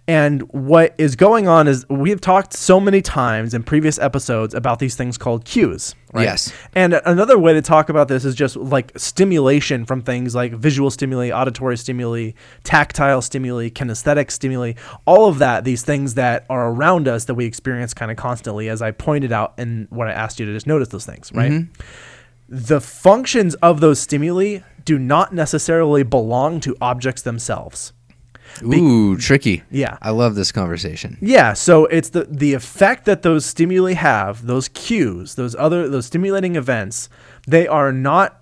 S2: And what is going on is we've talked so many times in previous episodes about these things called cues. Right?
S1: Yes.
S2: And another way to talk about this is just like stimulation from things like visual stimuli, auditory stimuli, tactile stimuli, kinesthetic stimuli, all of that, these things that are around us that we experience kind of constantly, as I pointed out in when I asked you to just notice those things, right? The functions of those stimuli do not necessarily belong to objects themselves.
S1: Ooh, tricky.
S2: Yeah.
S1: I love this conversation.
S2: Yeah, so it's the the effect that those stimuli have, those cues, those other those stimulating events, they are not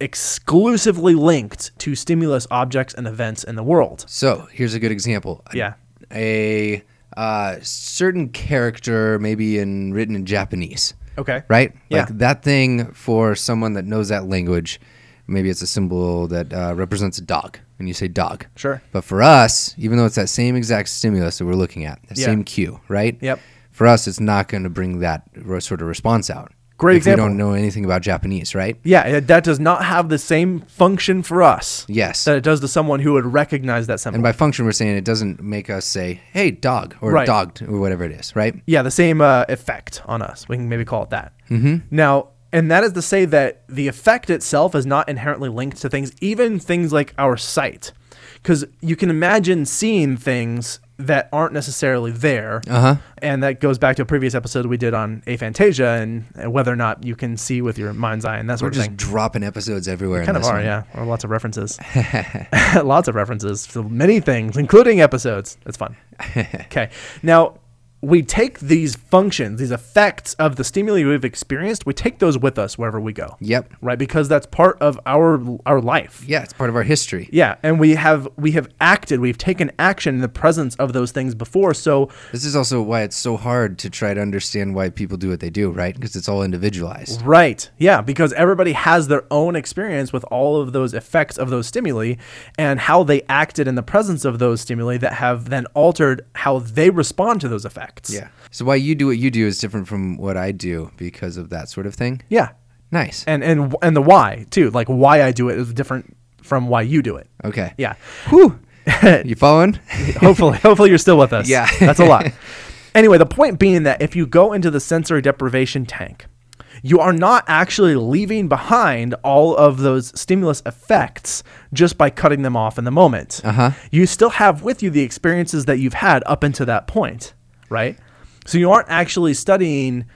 S2: exclusively linked to stimulus objects and events in the world.
S1: So here's a good example.
S2: Yeah.
S1: A uh, certain character, maybe in written in Japanese.
S2: Okay.
S1: right?
S2: Yeah.
S1: Like that thing for someone that knows that language, maybe it's a symbol that uh, represents a dog, and you say dog.
S2: Sure.
S1: But for us, even though it's that same exact stimulus that we're looking at, that
S2: Yeah.
S1: same cue, right?
S2: Yep.
S1: For us, it's not going to bring that ro- sort of response out.
S2: Great
S1: if
S2: example.
S1: We don't know anything about Japanese, right?
S2: Yeah, it- that does not have the same function for us
S1: Yes.
S2: that it does to someone who would recognize that symbol.
S1: and by function, we're saying it doesn't make us say, "Hey, dog," or
S2: Right.
S1: "dogged" or whatever it is, right?
S2: yeah, the same uh, effect on us. We can maybe call it that. Mm-hmm. Now, and that is to say that the effect itself is not inherently linked to things, even things like our sight, because you can imagine seeing things that aren't necessarily there.
S1: Uh huh.
S2: And that goes back to a previous episode we did on aphantasia and, and whether or not you can see with your mind's eye and that
S1: We're
S2: sort of
S1: just
S2: thing.
S1: dropping episodes everywhere.
S2: Kind
S1: in
S2: of
S1: this
S2: are,
S1: one.
S2: yeah. Or lots of references.
S1: (laughs)
S2: (laughs) lots of references to many things, including episodes.
S1: (laughs)
S2: That's fun. okay. Now, we take these functions, these effects of the stimuli we've experienced, we take those with us wherever we go.
S1: Yep.
S2: Right? Because that's part of our our life.
S1: Yeah, it's part of our history.
S2: Yeah, and we have we have acted, we've taken action in the presence of those things before. So,
S1: This is also why it's so hard to try to understand why people do what they do, right? Because it's all individualized.
S2: Right. Yeah, because everybody has their own experience with all of those effects of those stimuli and how they acted in the presence of those stimuli that have then altered how they respond to those effects.
S1: So why you do what you do is different from what I do because of that sort of thing.
S2: Yeah.
S1: Nice.
S2: And and and the why too, like why I do it is different from why you do it.
S1: Okay.
S2: Yeah.
S1: Whew. you
S2: (laughs)
S1: following?
S2: hopefully, hopefully you're still with us.
S1: Yeah.
S2: (laughs) that's a lot. Anyway, the point being that if you go into the sensory deprivation tank, you are not actually leaving behind all of those stimulus effects just by cutting them off in the moment. Uh-huh. You still have with you the experiences that you've had up until that point, right? So you aren't actually studying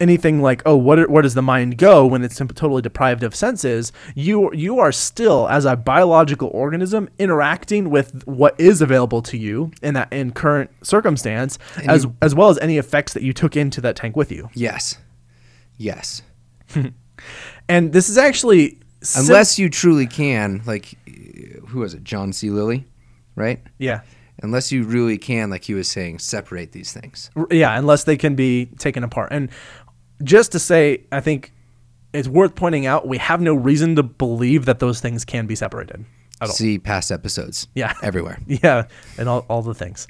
S2: anything like oh what where does the mind go when it's simp- totally deprived of senses you you are still as a biological organism interacting with what is available to you in that in current circumstance as as well as any effects that you took into that tank with you
S1: yes. Yes.
S2: and this is actually sim-
S1: Unless you truly can, like, who was it? John C. Lilly, right?
S2: yeah
S1: Unless you really can, like he was saying, separate these things.
S2: R- yeah unless they can be taken apart and just to say i think it's worth pointing out we have no reason to believe that those things can be separated at all
S1: See past episodes.
S2: Yeah.
S1: (laughs) Everywhere.
S2: Yeah, and all, all
S1: (laughs)
S2: the things.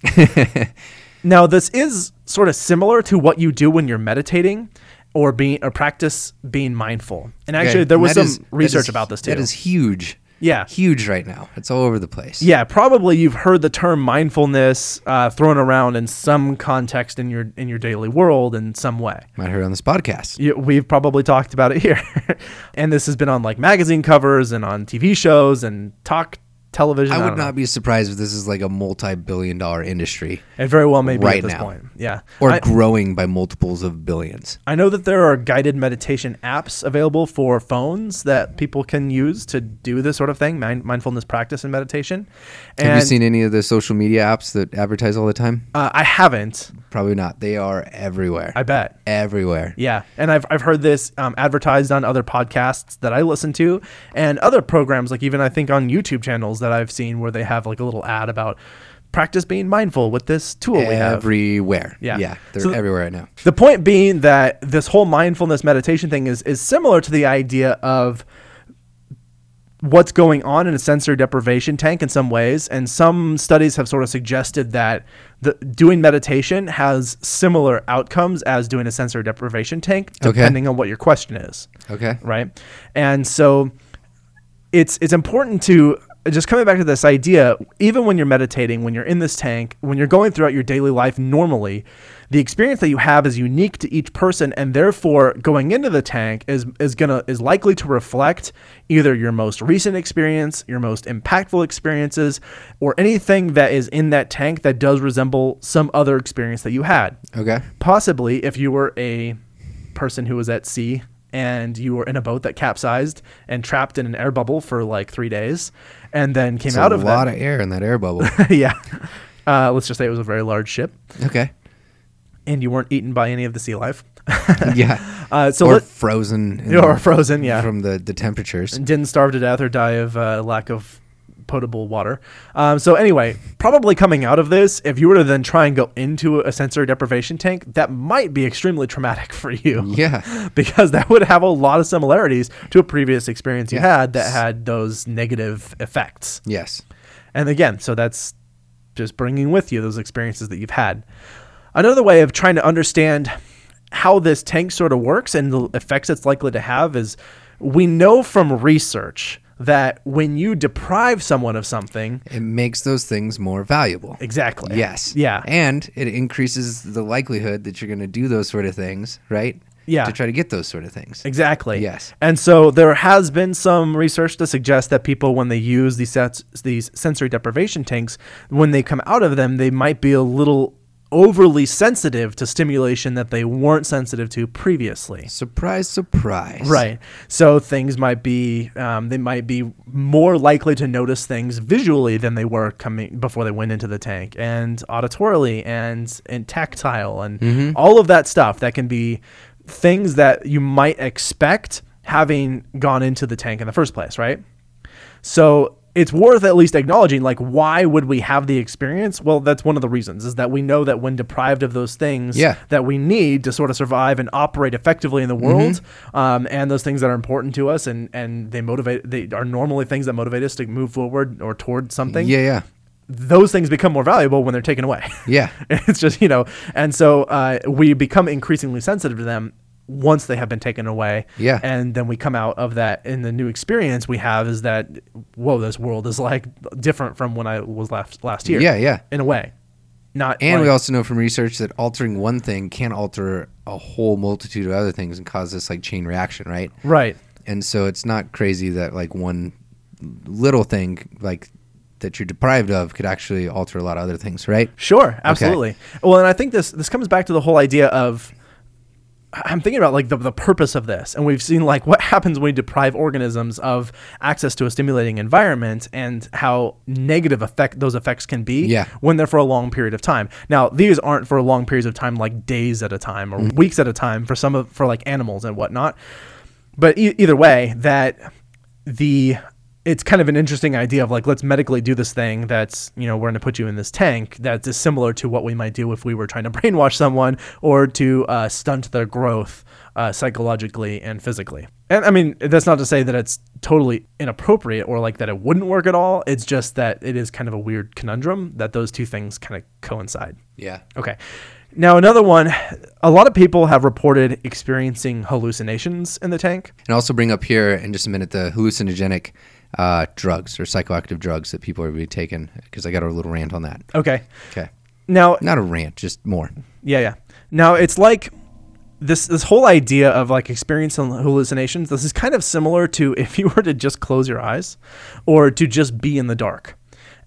S2: now, this is sort of similar to what you do when you're meditating or being or practice being mindful. And (laughs) actually,
S1: Okay,
S2: there was
S1: that
S2: some
S1: is- that
S2: research
S1: is-
S2: about this too.
S1: That is huge.
S2: Yeah.
S1: Huge right now. It's all over the place.
S2: yeah, probably you've heard the term mindfulness uh, thrown around in some context in your in your daily world in some way.
S1: Might have heard on this podcast.
S2: You, we've probably talked about it (laughs) here, and this has been on like magazine covers and on TV shows and talk television.
S1: I
S2: don't
S1: would
S2: know.
S1: not be surprised if this is like a multi-billion dollar industry
S2: It very well may be
S1: right
S2: at this
S1: now.
S2: point. Yeah,
S1: or
S2: I-
S1: growing by multiples of billions.
S2: I know that there are guided meditation apps available for phones that people can use to do this sort of thing, mind, mindfulness practice and meditation. And
S1: Have you seen any of the social media apps that advertise all the time?
S2: Uh, I haven't.
S1: Probably not. They are everywhere.
S2: I bet.
S1: everywhere.
S2: Yeah, and I've I've heard this um, advertised on other podcasts that I listen to, and other programs like even I think on YouTube channels that I've seen where they have like a little ad about practice being mindful with this tool we have.
S1: Everywhere.
S2: Yeah.
S1: Yeah. They're
S2: So-
S1: everywhere right now.
S2: The point being that this whole mindfulness meditation thing is is similar to the idea of what's going on in a sensory deprivation tank in some ways. And some studies have sort of suggested that the, doing meditation has similar outcomes as doing a sensory deprivation tank,
S1: Okay.
S2: depending on what your question is
S1: Okay.
S2: right? And so it's it's important to just coming back to this idea, even when you're meditating, when you're in this tank, when you're going throughout your daily life normally, the experience that you have is unique to each person and therefore going into the tank is is gonna is likely to reflect either your most recent experience, your most impactful experiences, or anything that is in that tank that does resemble some other experience that you had
S1: Okay.
S2: possibly if you were a person who was at sea and you were in a boat that capsized and trapped in an air bubble for like three days and then came
S1: It's
S2: out
S1: a
S2: of
S1: lot of air in that air bubble.
S2: that (laughs) yeah uh, let's just say it was a very large ship (laughs)
S1: okay.
S2: and you weren't eaten by any of the sea life (laughs)
S1: Yeah.
S2: uh, so
S1: or
S2: let,
S1: frozen. in
S2: (laughs) or
S1: the-
S2: frozen yeah
S1: From the, the temperatures.
S2: didn't starve to death or die of uh, lack of potable water. Um, so anyway, probably coming out of this, if you were to then try and go into a sensory deprivation tank, that might be extremely traumatic (laughs) for you.
S1: Yeah.
S2: (laughs) because that would have a lot of similarities to a previous experience you had that had those negative effects.
S1: Yes.
S2: And again, so that's just bringing with you those experiences that you've had. Another way of trying to understand how this tank sort of works and the effects it's likely to have is we know from research that when you deprive someone of something,
S1: It makes those things more valuable.
S2: exactly.
S1: Yes.
S2: Yeah.
S1: And it increases the likelihood that you're going to do those sort of things, right?
S2: Yeah.
S1: To try to get those sort of things.
S2: Exactly.
S1: Yes.
S2: And so there has been some research to suggest that people, when they use these sets, these sensory deprivation tanks, when they come out of them, they might be a little overly sensitive to stimulation that they weren't sensitive to previously.
S1: Surprise, surprise.
S2: Right. So things might be, um, they might be more likely to notice things visually than they were coming before they went into the tank, and auditorily, and and tactile, and all of that stuff that can be things that you might expect having gone into the tank in the first place, right? So it's worth at least acknowledging like why would we have the experience? Well, that's one of the reasons is that we know that when deprived of those things
S1: Yeah.
S2: that we need to sort of survive and operate effectively in
S1: Mm-hmm.
S2: the world, um, and those things that are important to us and and they motivate they are normally things that motivate us to move forward or toward something.
S1: Yeah, yeah.
S2: Those things become more valuable when they're taken away. (laughs)
S1: Yeah.
S2: it's just you know, and so uh, we become increasingly sensitive to them once they have been taken away.
S1: Yeah.
S2: and then we come out of that, and the new experience we have is that whoa, this world is like different from when I was last last year.
S1: Yeah, yeah.
S2: in a way, not
S1: And
S2: like-
S1: we also know from research that altering one thing can alter a whole multitude of other things and cause this like chain reaction, right?
S2: right.
S1: And so it's not crazy that like one little thing like that you're deprived of could actually alter a lot of other things, right?
S2: Sure, absolutely. Well, and I think this this comes back to the whole idea of I'm thinking about like the, the purpose of this, and we've seen like (laughs) what happens when we deprive organisms of access to a stimulating environment, and how negative effect those effects can be
S1: Yeah.
S2: when they're for a long period of time. Now, these aren't for long periods of time, like days at a time or
S1: Mm.
S2: weeks at a time for some of for like animals and whatnot. But e- either way, that the it's kind of an interesting idea of like let's medically do this thing that's you know we're going to put you in this tank that is similar to what we might do if we were trying to (laughs) brainwash someone or to uh, stunt their growth uh, psychologically and physically and i mean that's not to say that it's totally inappropriate or like that it wouldn't work at all it's just that it is kind of a weird conundrum that those two things kind of coincide
S1: Yeah.
S2: Okay. Now, another one a lot of people have reported experiencing hallucinations in the tank.
S1: And also bring up here in just a minute the hallucinogenic uh, drugs or psychoactive drugs that people are being taking because I got a little rant on that.
S2: Okay.
S1: Okay.
S2: Now,
S1: Not a rant, just more.
S2: yeah, yeah. Now, it's like this this whole idea of like experiencing hallucinations. This is kind of similar to (laughs) if you were to just close your eyes or to just be in the dark.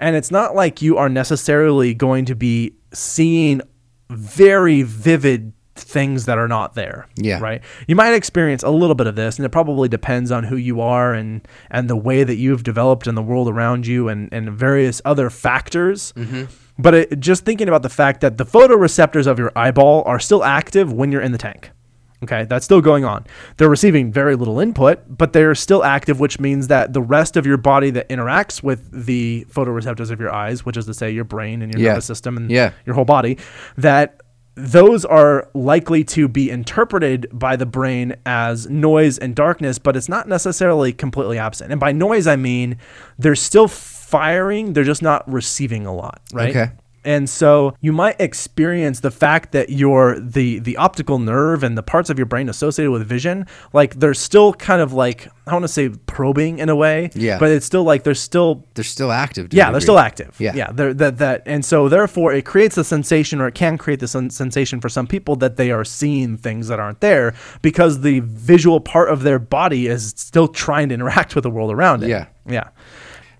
S2: And it's not like you are necessarily going to be seeing very vivid things that are not there.
S1: Yeah.
S2: Right? You might experience a little bit of this, and it probably depends on who you are and and the way that you've developed in the world around you and and various other factors.
S1: Mm-hmm.
S2: But it, just thinking about the fact that the photoreceptors of your eyeball are still active when you're in the tank. Okay, that's still going on. They're receiving very little input, but they're still active, which means that the rest of your body that interacts with the photoreceptors of your eyes, which is to say your brain and your
S1: Yeah.
S2: nervous system and
S1: Yeah.
S2: your whole body, that those are likely to be interpreted by the brain as noise and darkness, but it's not necessarily completely absent. And by noise, I mean they're still firing, they're just not receiving a lot, right?
S1: Okay.
S2: And so you might experience the fact that your the the optical nerve and the parts of your brain associated with vision, like they're still kind of like I want to say probing in a way,
S1: Yeah.
S2: but it's still like they're still
S1: They're still active. to a
S2: yeah,
S1: degree.
S2: they're still active.
S1: Yeah.
S2: yeah, they're, that that, and so therefore it creates a sensation, or it can create the sen- sensation for some people that they are seeing things that aren't there because the visual part of their body is still trying to interact with the world around it.
S1: Yeah.
S2: yeah,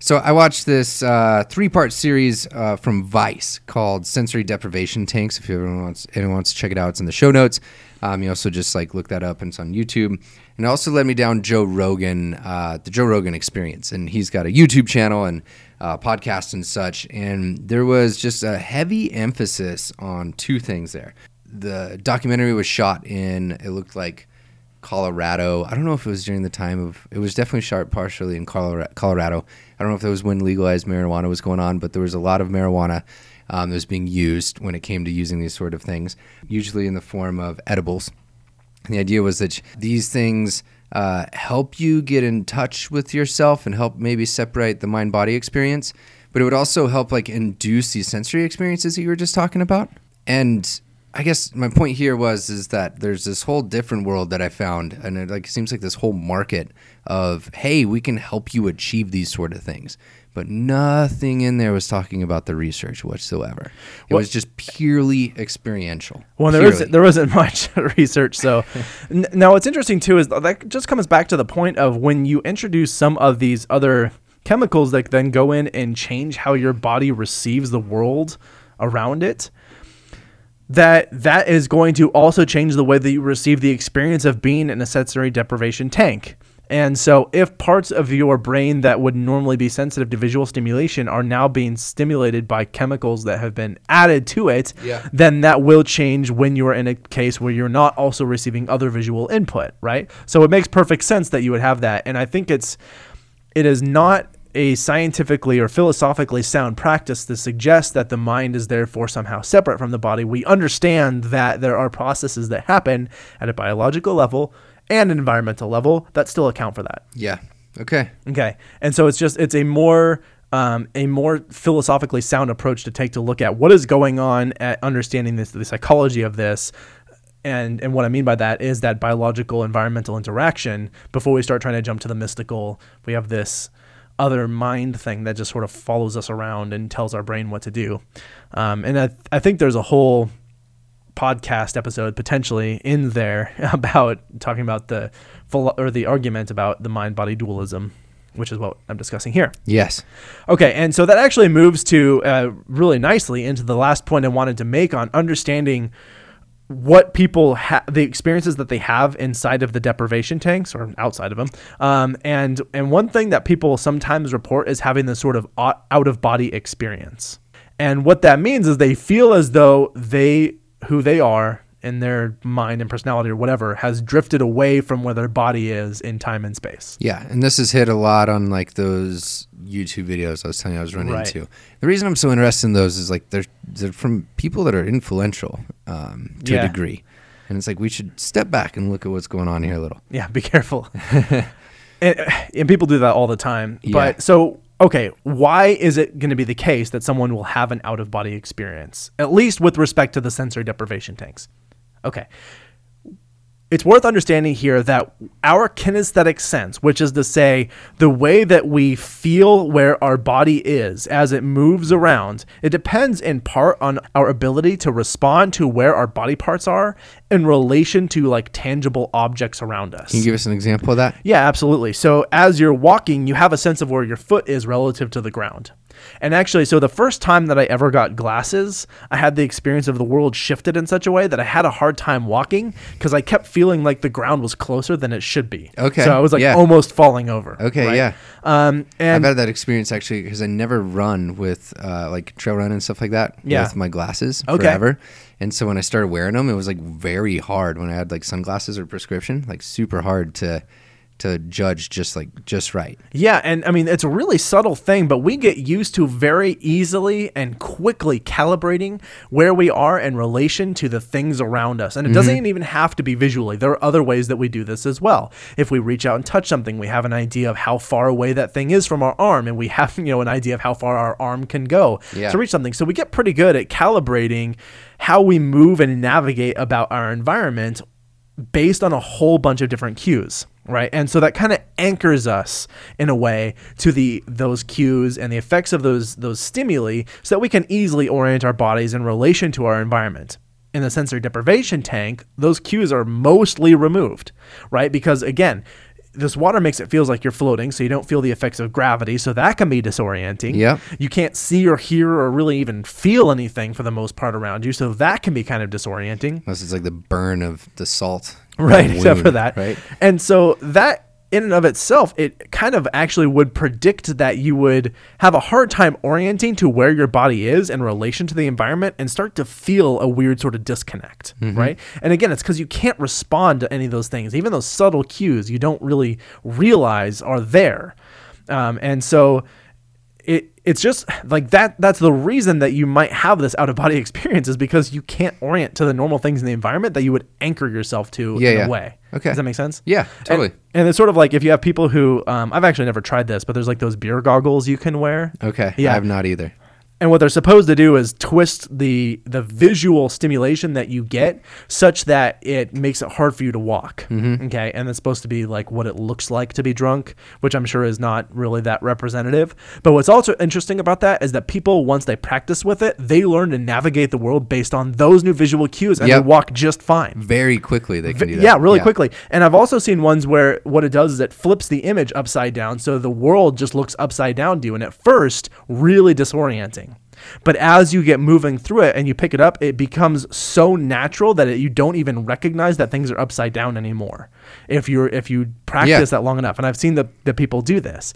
S1: So I watched this uh, three-part series uh, from Vice called "Sensory Deprivation Tanks." If everyone wants, anyone wants to check it out, it's in the show notes. Um, you also just like look that up, and it's on YouTube. And it also led me down Joe Rogan, uh, the Joe Rogan Experience, and he's got a YouTube channel and uh, podcast and such. And there was just a heavy emphasis on two things there. The documentary was shot in it looked like Colorado. I don't know if it was during the time of. It was definitely shot partially in Colora- Colorado. I don't know if that was when legalized marijuana was going on, but there was a lot of marijuana um, that was being used when it came to using these sort of things, usually in the form of edibles. And the idea was that sh- these things uh, help you get in touch with yourself and help maybe separate the mind body experience, but it would also help like induce these sensory experiences that you were just talking about. And I guess my point here was is that there's this whole different world that I found, and it like seems like this whole market of hey, we can help you achieve these sort of things. But nothing in there was talking about the research whatsoever. It was just purely experiential.
S2: Well, there was
S1: Purely.
S2: there wasn't (laughs) much
S1: (laughs)
S2: research. So N- now what's interesting too is that just comes back to the point of when you introduce some of these other chemicals that then go in and change how your body receives the world around it. That that is going to also change the way that you receive the experience of being in a sensory deprivation tank. And so, if parts of your brain that would normally be sensitive to visual stimulation are now being stimulated by chemicals that have been added to it,
S1: Yeah.
S2: then that will change when you are in a case where you're not also receiving other visual input, right? So it makes perfect sense that you would have that. And I think it's it is not a scientifically or philosophically sound practice to suggest that the mind is therefore somehow separate from the body. We understand that there are processes that happen at a biological level and an environmental level that still account for that.
S1: yeah. Okay.
S2: Okay, and so it's just it's a more um, a more philosophically sound approach to take to look at what is going on at understanding this the psychology of this. And, and what I mean by that is that biological environmental interaction. Before we start trying to jump to the mystical, we have this other mind thing that just sort of follows us around and tells our brain what to do. Um, and I, I think there's a whole podcast episode potentially in there (laughs) about talking about the philo- or the argument about the mind body dualism, which is what I'm discussing here.
S1: Yes.
S2: Okay, and so that actually moves to uh, really nicely into the last point I wanted to make on understanding what people ha- the experiences that they have inside of the deprivation tanks or outside of them. Um, and and one thing that people sometimes report is having this sort of out of body experience. And what that means is they feel as though they who they are in their mind and personality or whatever has drifted away from where their body is in time and space.
S1: Yeah, and this has hit a lot on like those YouTube videos I was telling you I was running
S2: Right.
S1: into. The reason I'm so interested in those is like they're they're from people that are influential um, to
S2: Yeah.
S1: a degree, and it's like we should step back and look at what's going on here a little.
S2: Yeah, be careful. and, uh, and people do that all the time.
S1: Yeah.
S2: But so, okay, why is it going to be the case that someone will have an out of body experience, at least with respect to the sensory deprivation tanks? Okay. It's worth understanding here that our kinesthetic sense, which is to say the way that we feel where our body is as it moves around, it depends in part on our ability to respond to where our body parts are in relation to like tangible objects around us.
S1: Can you give us an example of that?
S2: Yeah, absolutely. So as you're walking, you have a sense of where your foot is relative to the ground. And actually, so the first time that I ever got glasses, I had the experience of the world shifted in such a way that I had a hard time walking because I kept feeling like the ground was closer than it should be.
S1: Okay,
S2: So I was like
S1: yeah.
S2: almost falling over.
S1: Okay,
S2: right?
S1: yeah,
S2: Um, and
S1: I've had that experience actually because I never run with uh, like trail run and stuff like that
S2: Yeah.
S1: with my glasses
S2: Okay.
S1: forever, and so when I started wearing them, it was like very hard when I had like sunglasses or prescription, like super hard to to judge just like just right.
S2: Yeah, and I mean it's a really subtle thing, but we get used to very easily and quickly calibrating where we are in relation to the things around us. And it doesn't even have to be visually. There are other ways that we do this as well. If we reach out and touch something, we have an idea of how far away that thing is from our arm and we have, (laughs) you know, an idea of how far our arm can go
S1: Yeah.
S2: to reach something. So we get pretty good at calibrating how we move and navigate about our environment based on a whole bunch of different cues right and so that kind of anchors us in a way to the those cues and the effects of those those stimuli so that we can easily orient our bodies in relation to our environment in the sensory deprivation tank those cues are mostly removed right because again this water makes it feels like you're floating so you don't feel the effects of gravity so that can be disorienting
S1: Yep.
S2: you can't see or hear or really even feel anything for the most part around you so that can be kind of disorienting
S1: Unless it's like the burn of the salt. on
S2: right (laughs)
S1: a
S2: except for
S1: wound,
S2: that
S1: Right.
S2: and so that in and of itself it kind of actually would predict that you would have a hard time orienting to where your body is in relation to the environment and start to feel a weird sort of disconnect
S1: Mm-hmm.
S2: right and again it's because you can't respond to any of those things even those subtle cues you don't really realize are there um, and so it it's just like that that's the reason that you might have this out of body (laughs) experience is because you can't orient to the normal things in the environment that you would anchor yourself to
S1: Yeah,
S2: in
S1: yeah.
S2: a way.
S1: Okay.
S2: Does that make sense?
S1: Yeah, totally.
S2: And, and it's sort of like if you have people who um, I've actually never tried this, but there's like those beer goggles you can wear.
S1: okay.
S2: Yeah.
S1: Yeah. I've not either.
S2: And what they're supposed to do is twist the the visual stimulation that you get such that it makes it hard for you to walk.
S1: Mm-hmm.
S2: Okay, and it's supposed to be like what it looks like to be drunk, which I'm sure is not really that representative. But what's also interesting about that is that people once they practice with it, they learn to navigate the world based on those new visual cues, and
S1: Yep.
S2: they walk just fine.
S1: Very quickly they can do that.
S2: Yeah, really quickly. And I've also seen ones where what it does is it flips the image upside down. So the world just looks upside down to you. And at first, really disorienting. But as you get moving through it and you pick it up, it becomes so natural that it, you don't even recognize that things are upside down anymore. If you're if you practice that long enough, and I've seen the, the people do this.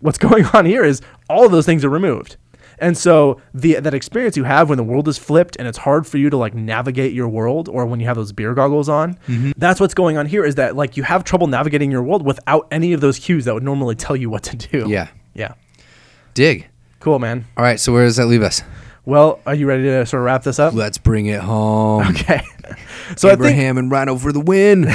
S2: What's (laughs) going on here is all of those things are removed. And so the that experience you have when the world is flipped and it's hard for you to like navigate your world or when you have those beer goggles on, that's what's going on here is that like you have trouble navigating your world without any of those cues that would normally tell you what to do.
S1: Yeah.
S2: Yeah.
S1: Dig.
S2: Cool, man.
S1: All right. So where does that leave us?
S2: Well, are you ready to sort of wrap this up?
S1: Let's bring it home.
S2: (laughs) Okay. So I think
S1: Abraham and Rhino for the
S2: (laughs)
S1: win.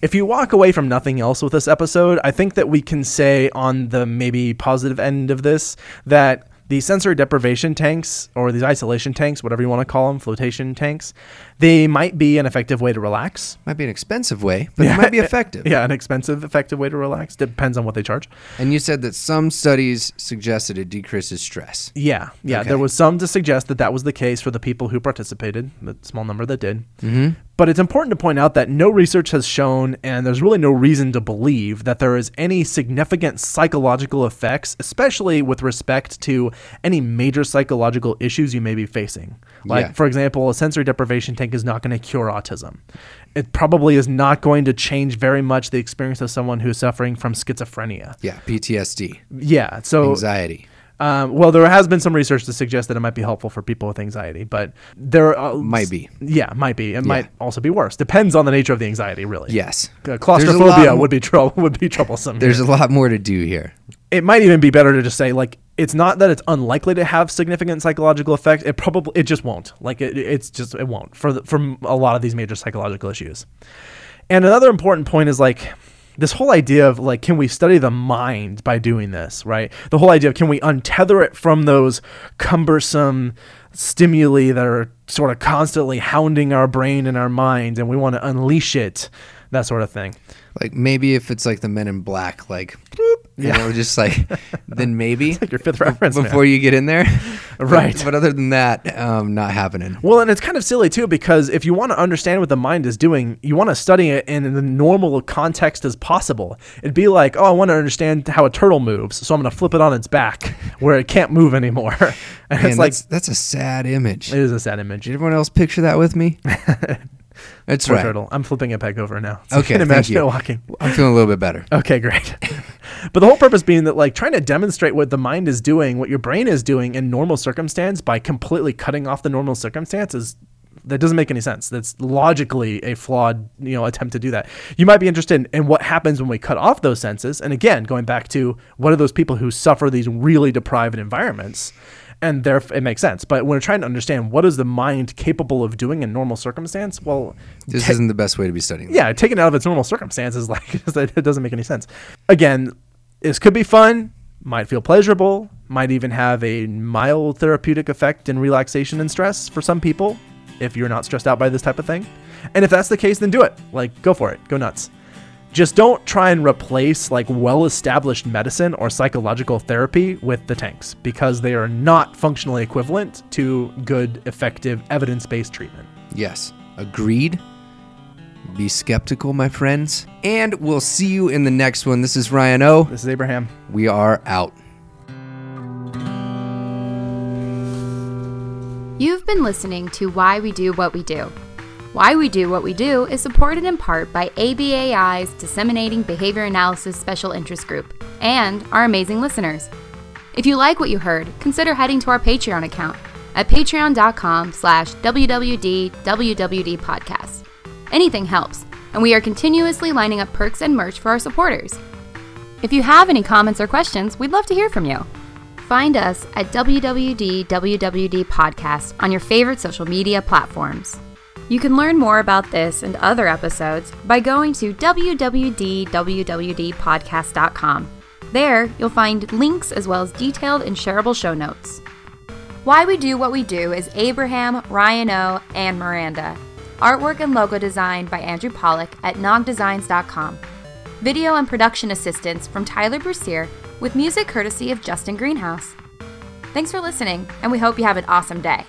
S2: if you walk away from nothing else with this episode, I think that we can say on the maybe positive end of this that the sensory deprivation tanks or these isolation tanks, whatever you want to call them, flotation tanks, they might be an effective way to relax.
S1: might be an expensive way, but it
S2: (laughs)
S1: might be effective.
S2: Yeah, an expensive, effective way to relax. Depends on what they charge.
S1: And you said that some studies suggested it decreases stress.
S2: Yeah, yeah.
S1: Okay.
S2: There was some to suggest that that was the case for the people who participated, the small number that did. Mm-hmm. But it's important to point out that no research has shown, and there's really no reason to believe that there is any significant psychological effects, especially with respect to any major psychological issues you may be facing. Like,
S1: Yeah.
S2: for example, a sensory deprivation tank is not going to cure autism. It probably is not going to change very much the experience of someone who's suffering from schizophrenia.
S1: Yeah, PTSD,
S2: Yeah. So
S1: anxiety.
S2: um, well, there has been some research to suggest that it might be helpful for people with anxiety, but there uh,
S1: Might be.
S2: Yeah, might be. It might also be worse. Depends on the nature of the anxiety, really.
S1: Yes.
S2: Uh,
S1: There's a
S2: claustrophobia
S1: lot,
S2: would be trouble (laughs) would be troublesome.
S1: there's a lot more to do here.
S2: it might even be better to just say like it's not that it's unlikely to have significant psychological effects. It probably it just won't. Like it, it's just it won't for the, from a lot of these major psychological issues. And another important point is like this whole idea of like can we study the mind by doing this, right? The whole idea of can we untether it from those cumbersome stimuli that are sort of constantly hounding our brain and our minds and we want to unleash it, that sort of thing.
S1: Like maybe if it's like the Men in Black, like, bloop, yeah, you know, just
S2: (laughs)
S1: like, then maybe
S2: Like your fifth reference man.
S1: before you get in there,
S2: (laughs) Right.
S1: But, but other than that, um, not happening.
S2: Well, and it's kind of silly too because if you want to understand what the mind is doing, you want to study it in the normal context as possible. It'd be like, oh, I want to understand how a turtle moves, so I'm going to flip it on its back
S1: (laughs)
S2: where it can't move anymore. (laughs) and
S1: Man,
S2: it's like
S1: that's, that's a sad image.
S2: it is a sad image.
S1: Did everyone else picture that with
S2: (laughs)
S1: me? That's
S2: Poor
S1: right.
S2: turtle. I'm flipping it back over now. (laughs) So
S1: Okay,
S2: you can
S1: thank
S2: imagine
S1: you.
S2: it walking.
S1: I'm feeling a little bit better.
S2: Okay, great. (laughs) but the whole purpose being that like trying to demonstrate what the mind is doing, what your brain is doing in normal circumstance by completely cutting off the normal circumstance is that doesn't make any sense. That's logically a flawed, you know, attempt to do that. You might be interested in, in what happens when we cut off those senses. And again, going back to what are those people who suffer these really deprived environments? And therefore, it makes sense. But when we're trying to understand what is the mind capable of doing in normal circumstance, well,
S1: This isn't the best way to be studying.
S2: yeah, taken out of its normal circumstances, (laughs) like it doesn't make any sense. Again, this could be fun, might feel pleasurable, might even have a mild therapeutic effect in relaxation and stress for some people, if you're not stressed out by this type of thing. And if that's the case, then do it. Like, go for it, go nuts. Just don't try and replace like well established medicine or psychological therapy with the tanks because they are not functionally equivalent to good, effective, evidence based treatment.
S1: Yes. Agreed. Be skeptical, my friends. And we'll see you in the next one. This is Ryan O.
S2: This is Abraham.
S1: We are out.
S3: You've been listening to Why We Do What We Do. Why We Do What We Do is supported in part by ABAI's Disseminating Behavior Analysis Special Interest Group and our amazing listeners. If you like what you heard, consider heading to our Patreon account at patreon.com slash wwd Anything helps, and we are continuously lining up perks and merch for our supporters. If you have any comments or questions, we'd love to hear from you. Find us at WWD Podcast on your favorite social media platforms. You can learn more about this and other episodes by going to www.wwdpodcast.com. There, you'll find links as well as detailed and shareable show notes. Why We Do What We Do is Abraham, Ryan O, and Miranda. Artwork and logo design by Andrew Pollock at nogdesigns.com. Video and production assistance from Tyler Brusier with music courtesy of Justin Greenhouse. Thanks for listening, and we hope you have an awesome day.